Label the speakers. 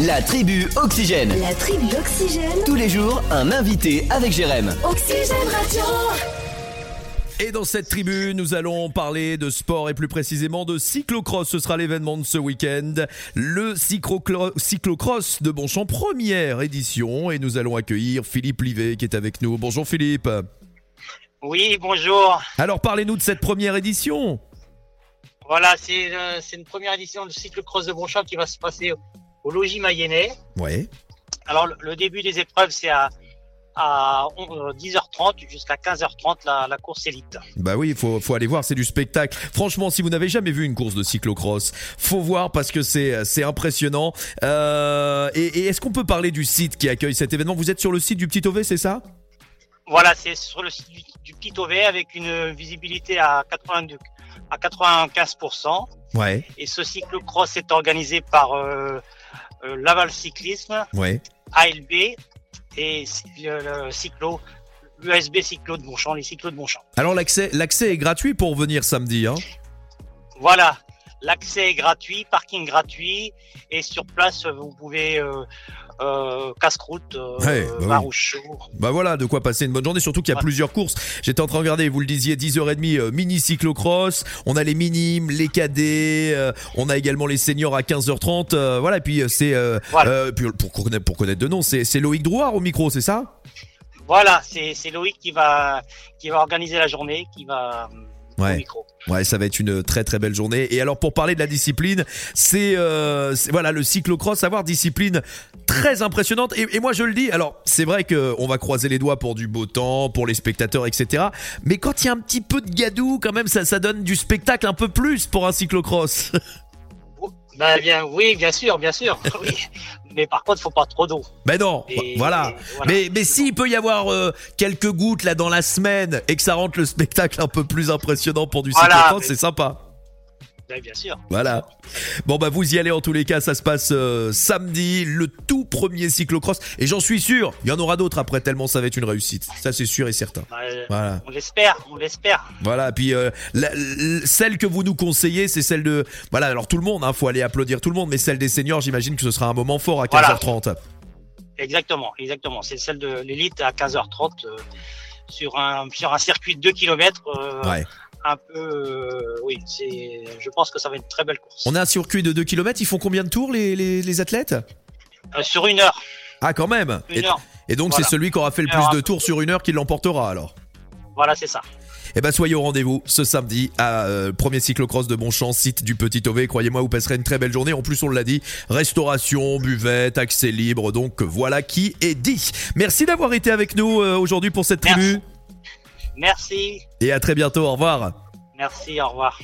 Speaker 1: La tribu Oxygène.
Speaker 2: La tribu Oxygène,
Speaker 1: Tous les jours, un invité avec Jérém.
Speaker 2: Oxygène Radio.
Speaker 3: Et dans cette tribu, nous allons parler de sport et plus précisément de cyclocross. Ce sera l'événement de ce week-end. Le cyclocro- cyclocross de Bonchamp, première édition. Et nous allons accueillir Philippe Livet qui est avec nous. Bonjour Philippe.
Speaker 4: Oui, bonjour.
Speaker 3: Alors parlez-nous de cette première édition.
Speaker 4: Voilà, c'est euh, c'est une première édition du cyclocross de Bonchamp qui va se passer au- au logis mayennais.
Speaker 3: Ouais.
Speaker 4: Alors, le, le début des épreuves, c'est à, à euh, 10h30 jusqu'à 15h30, la, la course élite.
Speaker 3: Bah oui, il faut, faut aller voir, c'est du spectacle. Franchement, si vous n'avez jamais vu une course de cyclocross, faut voir parce que c'est c'est impressionnant. Euh, et et est-ce qu'on peut parler du site qui accueille cet événement Vous êtes sur le site du Petit OV, c'est ça
Speaker 4: Voilà, c'est sur le site du, du Petit Auvet avec une visibilité à, 82, à 95%.
Speaker 3: Ouais,
Speaker 4: Et ce cyclocross est organisé par euh, euh, Laval Cyclisme,
Speaker 3: ouais.
Speaker 4: ALB et le, le cyclo, l'USB Cyclo de Bonchamp, les cyclos de Bonchamp.
Speaker 3: Alors l'accès, l'accès est gratuit pour venir samedi. Hein
Speaker 4: Voilà, l'accès est gratuit, parking gratuit, et sur place, vous pouvez euh, euh, casse-croûte, euh,
Speaker 3: Ouais, bah oui.
Speaker 4: vin rouge chaud.
Speaker 3: bah voilà, de quoi passer une bonne journée, surtout qu'il y a
Speaker 4: Ouais.
Speaker 3: plusieurs courses. J'étais en train de regarder, vous le disiez, 10h30, euh, mini cyclocross. On a les minimes, les cadets, euh, on a également les seniors à 15h30. euh, voilà, et puis euh, c'est... euh,
Speaker 4: Voilà.
Speaker 3: euh, puis pour, connaître, pour connaître de nom, c'est, c'est Loïc Drouard au micro, c'est ça
Speaker 4: Voilà, c'est c'est Loïc qui va, qui va organiser la journée, qui va euh, au
Speaker 3: Ouais,
Speaker 4: micro.
Speaker 3: ouais, ça va être une très très belle journée. Et alors pour parler de la discipline, c'est, euh, c'est- voilà le cyclocross, avoir discipline très impressionnante. Et, et moi je le dis, alors c'est vrai que on va croiser les doigts pour du beau temps, pour les spectateurs, etc. Mais quand il y a un petit peu de gadou, quand même, ça, ça donne du spectacle un peu plus pour un cyclocross.
Speaker 4: Oh, bah, bien, oui, bien sûr, bien sûr. oui. Mais par contre, faut pas trop d'eau.
Speaker 3: ben non,
Speaker 4: Et-
Speaker 3: voilà. Mais mais s'il peut y avoir euh, quelques gouttes là dans la semaine et que ça rende le spectacle un peu plus impressionnant pour du
Speaker 4: Voilà,
Speaker 3: cyclocross,
Speaker 4: mais-
Speaker 3: c'est sympa.
Speaker 4: Bah, bien sûr.
Speaker 3: Voilà. Bon bah vous y allez en tous les cas, ça se passe euh, samedi, le tout premier cyclocross. Et j'en suis sûr, il y en aura d'autres après tellement ça va être une réussite. Ça c'est sûr et certain.
Speaker 4: Bah, euh,
Speaker 3: Voilà,
Speaker 4: On l'espère, on l'espère.
Speaker 3: voilà. Puis euh, la- l- celle que vous nous conseillez, c'est celle de, voilà. Alors tout le monde, hein, faut aller applaudir tout le monde, mais celle des seniors, j'imagine que ce sera un moment fort à
Speaker 4: Voilà.
Speaker 3: 15h30.
Speaker 4: Exactement, exactement. C'est celle de l'élite à 15h30 euh, sur, un, sur un circuit de 2 km.
Speaker 3: Ouais.
Speaker 4: un peu. euh, oui, c'est. Je pense que ça va être une très belle course.
Speaker 3: On a un circuit de 2 km, ils font combien de tours les, les, les athlètes
Speaker 4: Euh, sur une heure,
Speaker 3: Ah quand même.
Speaker 4: une
Speaker 3: Et,
Speaker 4: heure.
Speaker 3: et donc
Speaker 4: Voilà.
Speaker 3: c'est celui qui aura fait le
Speaker 4: Une heure
Speaker 3: plus de
Speaker 4: à-
Speaker 3: tours sur une heure qui l'emportera alors.
Speaker 4: Voilà, c'est ça.
Speaker 3: Eh ben soyez au rendez-vous ce samedi à euh, premier cyclocross de Bonchamp, site du Petit Ové. Croyez-moi, vous passerez une très belle journée. En plus, on l'a dit, restauration, buvette, accès libre. Donc voilà qui est dit. Merci d'avoir été avec nous euh, aujourd'hui pour cette tribu
Speaker 4: Merci,
Speaker 3: et à très bientôt. Au revoir.
Speaker 4: merci, au revoir.